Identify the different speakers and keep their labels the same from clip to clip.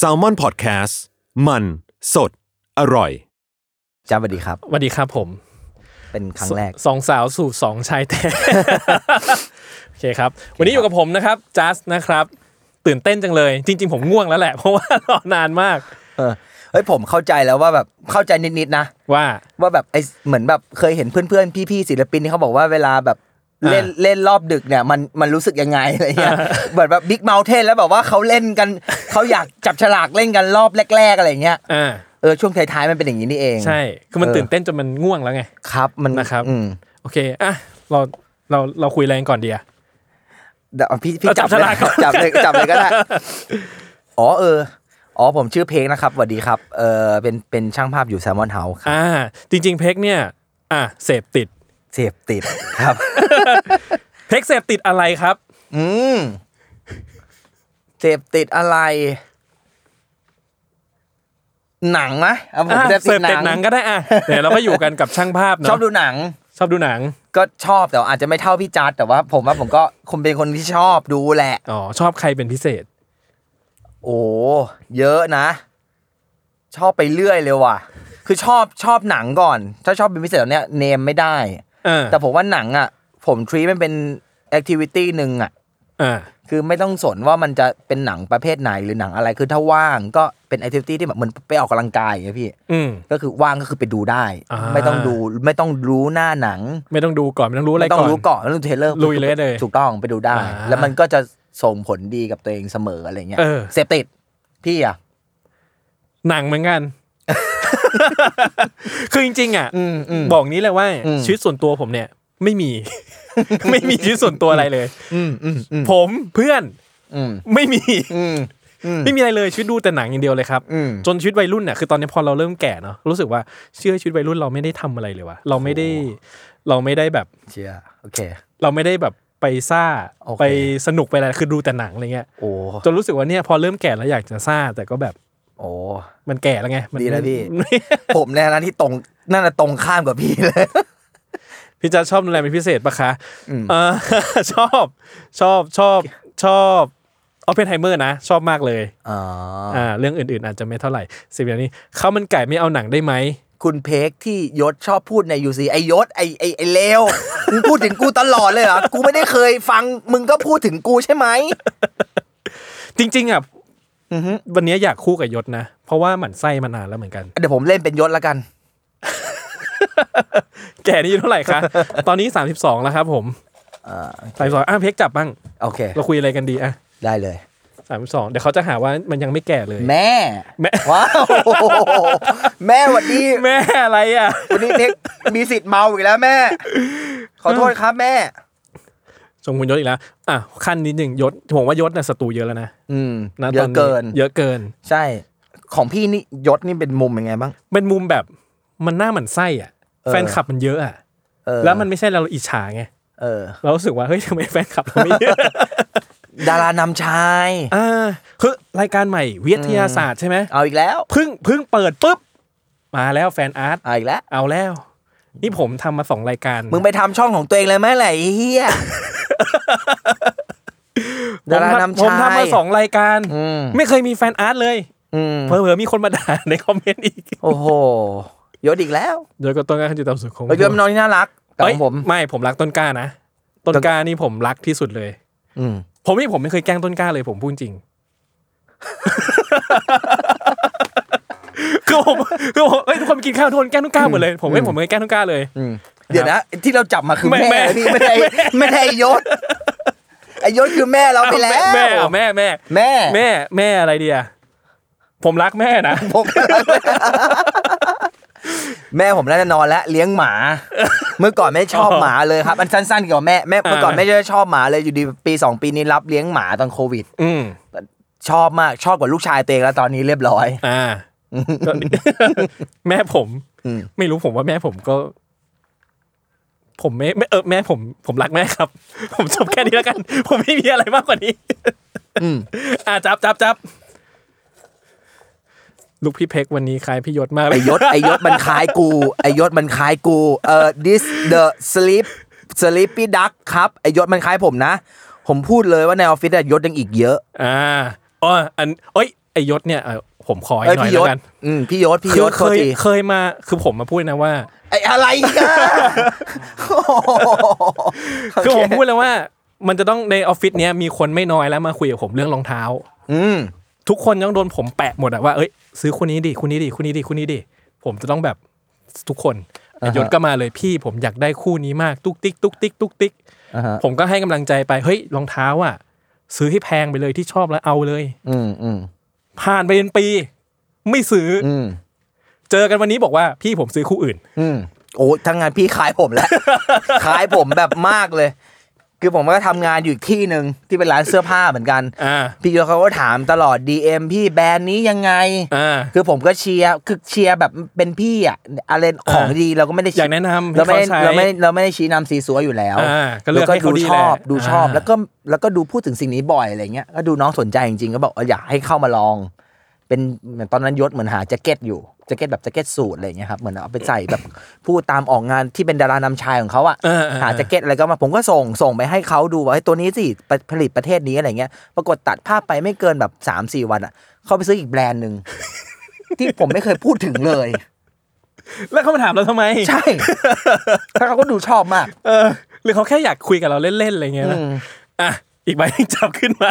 Speaker 1: s a l m o n PODCAST มันสดอร่อย
Speaker 2: จ้าสวัสดีครับ
Speaker 3: สวัสดีครับผม
Speaker 2: เป็นครั้งแรก
Speaker 3: สสองสาวสู่สองชาย แต่ โอเคครับ วันนี้อยู่กับผมนะครับจัสนะครับ ตื่นเต้นจังเลย จริง ๆ ผมง่วงแล้วแหละ เพราะว่า รอนานมาก
Speaker 2: เออเฮ้ยผมเข้าใจแล้วว่าแบบเข้าใจนิดๆนะ
Speaker 3: ว่า
Speaker 2: ว่าแบบไอเหมือนแบบเคยเห็นเพื่อนๆ พี่ๆศิลปินที่เขาบอกว่าเวลาแบบ
Speaker 3: อ่า
Speaker 2: เล่นเล่นรอบดึกเนี่ยมันมันรู้สึกยังไงอะไรเงี้ยเหมือนแบบบิ๊กเมลเทนแล้วแบบว่าเขาเล่นกัน เขาอยากจับฉลากเล่นกันรอบแรก ๆอะไรเงี้ย
Speaker 3: อ่า
Speaker 2: เออช่วงท้ายๆมันเป็นอย่างนี้นี่เอง
Speaker 3: ใช่ คือมันตื่นเต้นจนมันง่วงแล้วไง
Speaker 2: ครับมัน
Speaker 3: นะครับ
Speaker 2: อืม
Speaker 3: โอเคอ่ะเราเราเราคุยอะไรกันก่อนดีอะ
Speaker 2: เดี๋ยวเอาพี่พี่
Speaker 3: เอาจั
Speaker 2: จั
Speaker 3: บบ
Speaker 2: เลย
Speaker 3: ฉลากก่อน
Speaker 2: จับเลยจับเลยก็ได้อ๋อเอออ๋อผมชื่อเพลงนะครับสวัสดีครับเออเป็นเป็นช่างภาพอยู่แซมมอนเฮาส์
Speaker 3: อ่า จริง ๆ เพกเนี่ย อ่ะเสพติด
Speaker 2: เสพติดครับ
Speaker 3: เพกเสพติดอะไรครับ
Speaker 2: อืมเสพติดอะไร หนังไหมอ่ะผม
Speaker 3: อ่ะ
Speaker 2: เสพ
Speaker 3: เส
Speaker 2: ติ
Speaker 3: พ
Speaker 2: ด
Speaker 3: ติด
Speaker 2: ห
Speaker 3: ห
Speaker 2: นั
Speaker 3: นั
Speaker 2: ง
Speaker 3: งก็ได้อ่ะเดี๋ยวเราก็อยู่กันกับ ช่างภาพเนาะ
Speaker 2: ชอบดูหนัง
Speaker 3: ชอบดูหนัง
Speaker 2: ก็ชอบแต่ว่าอาจจะไม่เท่าพี่จัดแต่ว่า ผมว่าผมก็คงเป็นคนที่ชอบดูแหละ
Speaker 3: อ๋อชอบใครเป็นพิเศษ
Speaker 2: โอ้เยอะนะ ชอบไปเรื่อยเลยว่ะ คือชอบชอบหนังก่อน ถ้าชอบเป็นพิเศษเนี่ยเนมไม่ได้
Speaker 3: เออ
Speaker 2: แต่ผมว่าหนังอ่ะ ผมทรีมันเป็นแอคทิวิตี้หนึ่งอ่ะ
Speaker 3: อ่า
Speaker 2: คือไม่ต้องสนว่ามันจะเป็นหนังประเภทไหนหรือหนังอะไร คือถ้าว่างก็เป็นแอคทิวิตี้ที่แบบเหมือนไปออกกำลังกายอย่างเงี้ยพี่
Speaker 3: อืม
Speaker 2: ก็คือว่างก็คือไปดูได้
Speaker 3: อ่า
Speaker 2: ไม่ต้องดูไม่ต้องรู้หน้าหนัง
Speaker 3: ไม่ต้องดูก่อน ไม่ต้องรู้อะไร
Speaker 2: ไม่ต้อ
Speaker 3: ก่
Speaker 2: ง
Speaker 3: อน
Speaker 2: รู้ก่อนไม่ต้องดูเทรลเลอร์
Speaker 3: ลุยเลยเลย
Speaker 2: ถูกต้องไปดูได้
Speaker 3: อ่า
Speaker 2: แล้วมันก็จะส่งผลดีกับตัวเองเสมออะไรเงี้ย
Speaker 3: เออ
Speaker 2: พติดพี่อ่ะ
Speaker 3: หนังเหมื อนกัน คือจริงๆอ่ะ
Speaker 2: อืมอืม
Speaker 3: บอกนี้เลยว่า
Speaker 2: อืม
Speaker 3: ชีวิตส่วนตัวผมเนี่ย ไม่ มี ไม่มีชีวิตส่วนตัวอะไรเลย
Speaker 2: อืมอืมอืม
Speaker 3: ผมเพื่อน
Speaker 2: อืม
Speaker 3: ไม่มี
Speaker 2: อืม
Speaker 3: ไม่มีอะไรเลยชีวิตดูแต่หนังอย่างเดียวเลยครับ
Speaker 2: อืม
Speaker 3: จนชีวิตวัยรุ่นเนี่ยคือตอนนี้พอเราเริ่มแก่เนาะรู้สึกว่าเชื่อชีวิตวัยรุ่นเราไม่ได้ทำอะไรเลยว่ะเราไม่ได้ เราไม่ได้แบบ
Speaker 2: เชียโอเค
Speaker 3: เราไม่ได้แบบไปซ่า
Speaker 2: โอเค
Speaker 3: ไปสนุกไปอะไรคือดูแต่หนังอะไรเงี้ย
Speaker 2: โอ้
Speaker 3: จนรู้สึกว่าเนี่ยพอเริ่มแก่แล้วอยากจะซ่าแต่ก็แบบ
Speaker 2: โอ้
Speaker 3: มันแก่แล้วไงมั
Speaker 2: ดีแล้วพี่ ผมในฐานะที่ตรงนั่นน่ะตรงข้ามกับพี่เลย
Speaker 3: พี่จะชอบดูอะไรเป็นพิเศษปะคะ
Speaker 2: อืม
Speaker 3: เออ ชอบชอบชอบชอบออเพนไฮเมอร์นะ ชอบมากเลย
Speaker 2: อ๋อ
Speaker 3: อ่าเรื่องอื่นๆ อาจจะไม่เท่าไหร่สิบอย่างนี้ข้าวมันไก่ไม่เอาหนังได้ไหม
Speaker 2: คุณเพกที่ยศชอบพูดในยูซีไอยศไอไอไอเลว มึงพูดถึงกูตลอดเลยเหรอกูไม่ได้เคยฟังมึงก็พูดถึงกูใช่ไหม
Speaker 3: จริง ๆอ่ะวันนี้อยากคู่กับยศนะ เพราะว่าหมั่นไส้มานานแล้วเหมือนกัน
Speaker 2: เดี๋ยวผมเล่นเป็นยศแล้วกัน
Speaker 3: แก่นี่อายุเท่าไหร่ คะ ตอนนี้ 32 แล้วครับผมสามสองอ่ะเพกจับบ้าง
Speaker 2: โอเค
Speaker 3: เราคุยอะไรกันดีอ่ะ
Speaker 2: ได้เลย
Speaker 3: สามสองเดี๋ยวเขาจะหาว่ามันยังไม่แก่เลย
Speaker 2: แม่
Speaker 3: แม่
Speaker 2: ว้าวแม่วันนี้
Speaker 3: แม่อะไรอ่ะ
Speaker 2: วันนี้เพกมีสิทธิ์เมาอีกแล้วแม่ ขอโทษครับแม่
Speaker 3: ทรงคุณยศอีกแล้ว อ่ะขั้นนิดหนึ่งยศผมว่ายศน่ะศัตรูเยอะแล้วนะ
Speaker 2: อืม
Speaker 3: นะ
Speaker 2: เย
Speaker 3: ต
Speaker 2: อะเกิน
Speaker 3: เยอะเกิน
Speaker 2: ใช่ ของพี่นี่ยศนี่เป็นมุมยังไงบ้าง
Speaker 3: เป็นมุมแบบมันหน้าหมันไส้อ่ะ
Speaker 2: เออ
Speaker 3: แฟนคลับมันเยอะอ่ะ
Speaker 2: เออ
Speaker 3: แล้วมันไม่ใช่เราอิจฉาไง
Speaker 2: เออ
Speaker 3: เรารู้สึกว่า เฮ้ยทำไม แฟนคลับเราไม่เยอะ
Speaker 2: ดารานำชาย
Speaker 3: อ่าคือรายการใหม่วิทยาศาสตร์ใช่ไหม
Speaker 2: เอาอีกแล้ว
Speaker 3: เพึ่งเพึ่งเปิดปุ๊บ มาแล้วแฟนอาร์ต
Speaker 2: เอาอีกแล้ว
Speaker 3: เอาแล้ว นี่ผมทำมาสองรายการ
Speaker 2: มึงไปทำช่องของตัวเองเลยไหมล่ะไอ้เฮี ย
Speaker 3: ผ
Speaker 2: ดาม รา
Speaker 3: ทำ
Speaker 2: นำ
Speaker 3: ผม
Speaker 2: ชาย
Speaker 3: ทำมาสองรายการ
Speaker 2: อืม
Speaker 3: ไม่เคยมีแฟนอาร์ตเลย
Speaker 2: อืม
Speaker 3: เผลอๆมีคนมาด่าในคอมเมนต์อีก
Speaker 2: โอ้โหยศอีกแล้ว
Speaker 3: โดยก็ต้องการจิตตามสุขของ
Speaker 2: เรายศเป็นน้องที่น่ารักแต่ของผม
Speaker 3: เอ้ยไม่ผมรักต้นกล้านะ ต้นกล้านี่ผมรักที่สุดเลย
Speaker 2: อืม
Speaker 3: ผมนี่ผมไม่เคยแกล้งต้นกล้าเลยผมพูดจริง คือผมคือผมเอ้ยทุกคนไปกินข้าวทุกคนแกล้งต้นกล้าหมดเลยผมไม่ผมไม่เคยแกล้งต้นกล้าเลย
Speaker 2: อืมเดี๋ยวนะที่เราจับมาคือ
Speaker 3: แม่
Speaker 2: แม่
Speaker 3: แม่
Speaker 2: นะพี่ไม่ได้ไม่ได้ไอ้ยศไอ้ยศคือแม่เราไปแล้ว
Speaker 3: แม่เอาแม่แม่
Speaker 2: แม่
Speaker 3: แม่แม่อะไรเดียผมรักแม่นะ
Speaker 2: ผมแม่ผมน่าจะนอนแล้วเลี้ยงหมา เมื่อก่อนไม่ชอบหมาเลยครับ มันสั้นๆเกี่ยวกับแม่แม่เมื่อก่อนไม่ได้ชอบหมาเลยอยู่ดีปีสองปีนี้รับเลี้ยงหมาตอนโควิด
Speaker 3: อืม
Speaker 2: ชอบมากชอบกว่าลูกชายตัวเองแล้วตอนนี้เรียบร้อย
Speaker 3: อ่าก็ แม่ผม
Speaker 2: อืม
Speaker 3: ไม่รู้ผมว่าแม่ผมก็ ผมไม่ไม่เออแม่ผม ผมรักแม่ครับ ผมจบแค่นี้แล้ว กัน ผมไม่มีอะไรมากกว่านี้ อ่าจับจับจับลูกพี่เพ็กวันนี้คล้ายพี่ยศมากเล
Speaker 2: ไอยยศไอยศมันคล้ายกูไอยศมันคล้ายกูเอ่อ this the sleep sleepy duck ครับไอยศมันคล้ายผมนะ ผมพูดเลยว่าในออฟฟิศอะยศยังอีกเยอะ
Speaker 3: อ่าอ๋ออันเอ้ยไอยศเนี่ยเออผมขออี
Speaker 2: เอ้ย
Speaker 3: กหน่อย
Speaker 2: พี่ย
Speaker 3: แล้ว
Speaker 2: ศ
Speaker 3: กัน
Speaker 2: อืมพี่ยศพี่
Speaker 3: คื
Speaker 2: ย
Speaker 3: อ
Speaker 2: ศ
Speaker 3: เค
Speaker 2: โทษ
Speaker 3: ย
Speaker 2: ที
Speaker 3: เคยมา คือผมมาพูดนะว่า
Speaker 2: ไออะไรกัน
Speaker 3: คือผมพูดแล้วว่า มันจะต้องในออฟฟิศเนี้ยมีคนไม่น้อยแล้วมาคุยกับผมเรื่องรองเท้า
Speaker 2: อืม
Speaker 3: ทุกคนต้องโดนผมแปะหมดอะว่าเอ้ยซื้อคู่นี้ดิคู่นี้ดิคู่นี้ดิคู่นี้ดิผมจะต้องแบบทุกคนไอ้ยศก็มาเลยพี่ผมอยากได้คู่นี้มากตุ๊กติ๊กตุ๊กติ๊กตุ๊กติ๊ก
Speaker 2: อ่าฮะ
Speaker 3: ผมก็ให้กำลังใจไปเฮ้ยรองเท้าอะซื้อให้แพงไปเลยที่ชอบแล้วเอาเลย
Speaker 2: อืมอืม
Speaker 3: ผ่านไปเป็นปี ไม่ซื้ออ
Speaker 2: อืม
Speaker 3: เจอกันวันนี้บอกว่าพี่ผมซื้อคู่อื่น
Speaker 2: อืมโอ้ยทางงานพี่ขายผมแล้ว ขายผมแบบมากเลย คือผมก็ทำงานอยู่อีกที่หนึ่งที่เป็นร้านเสื้อผ้าเหมือนกัน
Speaker 3: อ่า
Speaker 2: พี่ยศเขาก็ถามตลอด DM พี่แบรนด์นี้ยังไง
Speaker 3: อ่า
Speaker 2: คือผมก็เชียร์คือเชียร์แบบเป็นพี่อ่ะอะไรของดีเราก็ไม่ได้
Speaker 3: อยากแนะนำให้
Speaker 2: เราไม่ได้
Speaker 3: เขาใช้
Speaker 2: เราไม่เราไม่ได้ชี้นำซีซัวอยู่แล้ว
Speaker 3: อ่าก็เลือกให้เขา
Speaker 2: ดู
Speaker 3: ดี
Speaker 2: ชอบ
Speaker 3: แหละ
Speaker 2: ดูชอบ
Speaker 3: อ่า
Speaker 2: แล้วก็แล้วก็ดูพูดถึงสิ่งนี้บ่อยอะไรเงี้ยก็ดูน้องสนใจจริงๆก็บอกเอออยากให้เข้ามาลอง เป็นเหมือนตอนนั้นยศเหมือนหาแจ็คเก็ตอยู่แจ็คเก็ตแบบแจ็คเก็ตสูทอะไรเงี้ยครับเหมือนเอาไปใส่แบบ พูดตามออกงานที่เป็นดารานำชายของเขาอ่ะ
Speaker 3: เออเออ
Speaker 2: หาแจ็คเก็ตอะไรก็มาผมก็ส่งส่งไปให้เขาดูว่าเฮ้ยตัวนี้สิผลิตประเทศนี้อะไรเงี้ยปรากฏตัดภาพไปไม่เกินแบบสามสี่วันอ่ะเขาไปซื้ออีกแบรนด์หนึ่ง ที่ผมไม่เคยพูดถึง เลย
Speaker 3: แล้วเขามาถามเราทำไม
Speaker 2: ใช่ ถ้าเขาก็ดูชอบมาก
Speaker 3: เออหรือเขาแค่อยากคุยกับเราเล่นๆอะไรเงี้ยนะอ่ะอีกใบหนึ่งจับขึ้นมา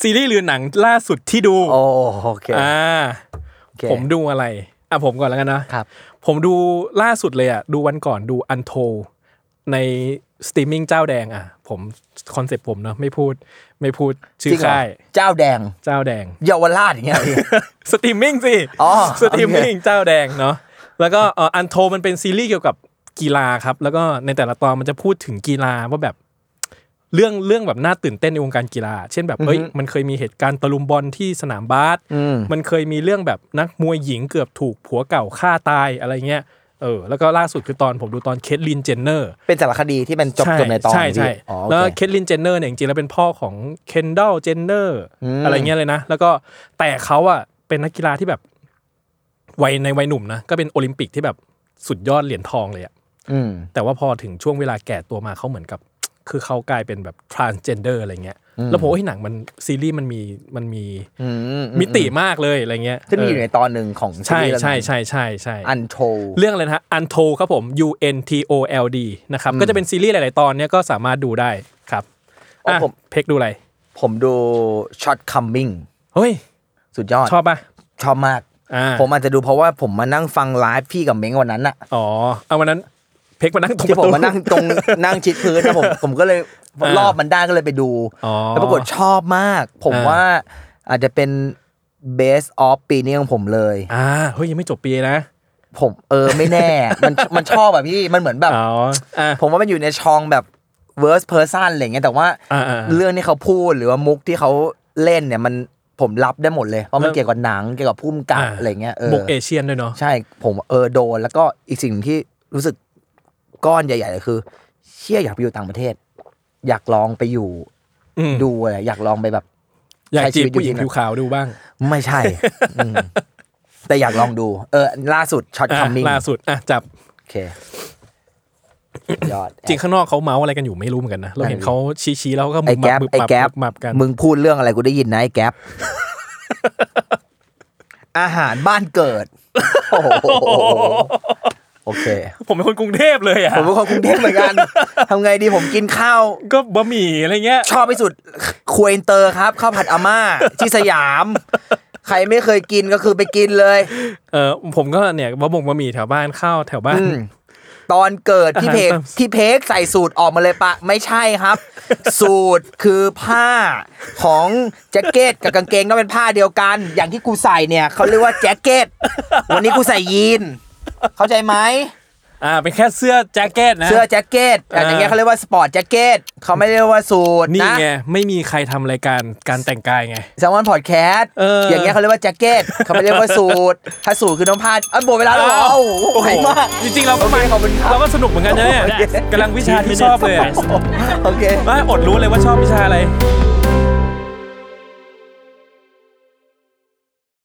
Speaker 3: ซีรีส์หรือหนังล่าสุดที่ดู
Speaker 2: โอเค
Speaker 3: อ่า
Speaker 2: โอเค
Speaker 3: ผมดูอะไร อ่ะผมก่อนแล้วกันนะครับ ผมดูล่าสุดเลยอ่ะ ดูวันก่อนดูอันโทในสตรีมมิ่งเจ้าแดงอ่ะ ผมคอนเซปต์ผมเนาะไม่พูดไม่พูดชื่
Speaker 2: จ
Speaker 3: อ
Speaker 2: ริงเหรอ
Speaker 3: ค่าย
Speaker 2: เจ้าแดง
Speaker 3: เจ้าแดง
Speaker 2: เยาวราชอย่างเงี้ย พี่
Speaker 3: สตรีมมิ่งสิ
Speaker 2: อ๋อ
Speaker 3: สตรีมมิ่ง
Speaker 2: โอเค
Speaker 3: เจ้าแดงเนาะแล้วก็เอ่ออันโทมันเป็นซีรีส์เกี่ยวกับกีฬาครับ แล้วก็ในแต่ละตอนมันจะพูดถึงกีฬาว่าแบบเรื่องเรื่องแบบน่าตื่นเต้นในวงการกีฬา เช่นแบบเอ้ยมันเคยมีเหตุการณ์ตะลุมบอลที่สนามบาสมันเคยมีเรื่องแบบนักมวยหญิงเกือบถูกผัวเก่าฆ่าตายอะไรเงี้ยเออแล้วก็ล่าสุดคือตอนผมดูตอนเคทลินเจนเนอร์
Speaker 2: เป็นสารคดีที่มันจบ
Speaker 3: ช่
Speaker 2: จบในตอน
Speaker 3: ใช่
Speaker 2: พี่
Speaker 3: ใช่
Speaker 2: อ๋อโอ
Speaker 3: แล้ว
Speaker 2: เค
Speaker 3: เคทลินเจนเนอร์เนี่ยจริงๆแล้วเป็นพ่อของเคนด l ลเจนเนอร์
Speaker 2: อืม
Speaker 3: อะไรเงี้ยเลยนะ แล้วก็แต่เขาอ่ะเป็นนักกีฬาที่แบบวัยในวัยหนุ่มนะ ก็เป็นโอลิมปิกที่แบบสุดยอดเหรียญทองเลยอะ
Speaker 2: อืม
Speaker 3: แต่ว่าพอถึงช่วงเวลาแก่ตัวมาเขาเหมือนกับ คือเขากลายเป็นแบบ transgender อะไรเงี้ย แล้วผมว่าเฮ้ยหนังมันซีรีส์มันมีมันมี
Speaker 2: อืม
Speaker 3: มิติมากเลยอะไรเงี้ย
Speaker 2: ที่มีอยู่ใน
Speaker 3: เอ
Speaker 2: ตอนหนึ่งของ
Speaker 3: อใช่
Speaker 2: ซีรีส์เรื่อง
Speaker 3: ใช่
Speaker 2: นั้น
Speaker 3: ใช่ใช่ใช่
Speaker 2: อันโท
Speaker 3: เรื่องอะไรนะอันโทครับผม U N T O L D นะครับ ก็จะเป็นซีรีส์หลาย ๆ ตอนเนี้ยก็สามารถดูได้ครับ
Speaker 2: อ๋ออ่
Speaker 3: ะ
Speaker 2: ผม
Speaker 3: เพ็กดูอะไร
Speaker 2: ผมดูช็อตคัมมิ่ง
Speaker 3: เฮ้ย
Speaker 2: สุดยอด
Speaker 3: ชอบป่ะ
Speaker 2: ชอบมาก
Speaker 3: อ่า
Speaker 2: ผมอาจจะดูเพราะว่าผมมานั่งฟังไลฟ์พี่กับเม้งวันนั้นอะ
Speaker 3: อ๋อ เอาวันนั้น เพ็กมานั่งตรงป
Speaker 2: ที่
Speaker 3: ระ
Speaker 2: ผม
Speaker 3: ตู
Speaker 2: มานั่งตรง นั่งชิดพื้นนะ ผมผมก็เลย
Speaker 3: อ่าร ร
Speaker 2: อบมันได้ก็เลยไปดู
Speaker 3: อ๋อ
Speaker 2: แล้วปรากฏชอบมาก ผม
Speaker 3: อ่า
Speaker 2: ว่าอาจจะเป็น best of ปีนี้ของผมเลย
Speaker 3: อ่า เฮ้ย ยังไม่จบปีนะ
Speaker 2: ผมเออไม่แน่ มัน มันชอบแบบพี่มันเหมือนแบบ
Speaker 3: อ๋อ อ่า
Speaker 2: ผมว่ามันอยู่ในช่องแบบ worst person อะไรเงี้ยแต่ว่า
Speaker 3: อ่าอ่า
Speaker 2: เรื่องที่เขาพูดหรือว่ามุกที่เขาเล่นเนี่ยมันผมรับได้หมดเลยเพราะมันเกี่ยวกับหนังเกี่ยวกับพุ่มกับ
Speaker 3: อ่า
Speaker 2: อะไรเงี้ยเออ
Speaker 3: บุกเอเชียนด้วยเนาะ
Speaker 2: ใช่ผมเออโดน แล้วก็อีกสิ่งที่รู้สึกก้อนใหญ่ๆเลยคือ เชี่ยอยากไปอยู่ต่างประเทศ อยากลองไปอยู่
Speaker 3: อืม
Speaker 2: ดูอะไรอยากลองไปแบบ
Speaker 3: อยากจีบผู้หญิง
Speaker 2: ใช้ชีวิตอยู่ที่นั่น
Speaker 3: ผิวขาวดูบ้าง
Speaker 2: ไม่ใช่ อืมแต่อยากลองดู เออ ล่าสุดช็อต
Speaker 3: อ่ะ
Speaker 2: คัมมิ่ง
Speaker 3: ล่าสุด อ่ะ จับ
Speaker 2: โอเคสุดยอด
Speaker 3: จริงข้างนอกเขาเมาส์อะไรกันอยู่ไม่รู้เหมือนกันนะ เราเห็นเขาชี้ๆแล้วก็
Speaker 2: ไอ้
Speaker 3: มึบ
Speaker 2: แก๊ป
Speaker 3: มึบ
Speaker 2: ไอ้
Speaker 3: มับ
Speaker 2: แก๊ป
Speaker 3: มึบมับกัน
Speaker 2: มึงพูดเรื่องอะไรกูได้ยินนะไอ้แก๊ป อาหารบ้านเกิด โอ้โหโอเค
Speaker 3: ผมเป็นคนกรุงเทพเลยอ่ะ
Speaker 2: ผมเป็นคนกรุงเทพเหมือนกันทำไงดีผมกินข้าว
Speaker 3: ก็บะหมี่อะไรเงี้ย
Speaker 2: ชอบที่สุดครัวอินเตอร์ครับข้าวผัดอาม่า ที่สยาม ใครไม่เคยกินก็คือไปกินเลย
Speaker 3: เออผมก็เนี่ยบะหมงบะหมี่แถวบ้านข้าวแถวบ้าน
Speaker 2: ตอนเกิดที่เพกที่เพกใส่สูตรออกมาเลยปะไม่ใช่ ครับ สูตรคือผ้าของแจ็คเก็ตกับกางเกงก็เป็นผ้าเดียวกัน อย่าง ที่กูใส่เนี่ยเขาเรียกว่าแจ็คเก็ตวันนี้กูใส่ยีน เข้าใจไหม
Speaker 3: อ่าเป็นแค่เสื้อแจ็คเก็ตนะ
Speaker 2: เสื้อแจ็คเก็ตแต่อย่างเงี้ยเขาเรียกว่าสปอร์ตแจ็คเก็ตเขาไม่เรียกว่าสูท
Speaker 3: นี่
Speaker 2: นะ
Speaker 3: ไงไม่มีใครทำรายการการแต่งกายไง
Speaker 2: แซลมอนพอดแคสต์
Speaker 3: เอออ
Speaker 2: อย่างเงี้ยเขาเรียกว่าแจ็คเก็ตเขาไม่เรียกว่าสูทถ้าสูทคือน้องพาดอ่ะหมดเวลาแล้วเหรอโอ้โหไวมาก
Speaker 3: จริงๆเราก็
Speaker 2: โอเค
Speaker 3: มัน
Speaker 2: ขอบคุณครับ
Speaker 3: เราก็สนุกเหมือนกันนะเนี่ยกำลังวิชาที่ชอบเลยอะ
Speaker 2: โอเค
Speaker 3: ว่าอดรู้เลยว่าชอบวิชาอะไร
Speaker 2: โ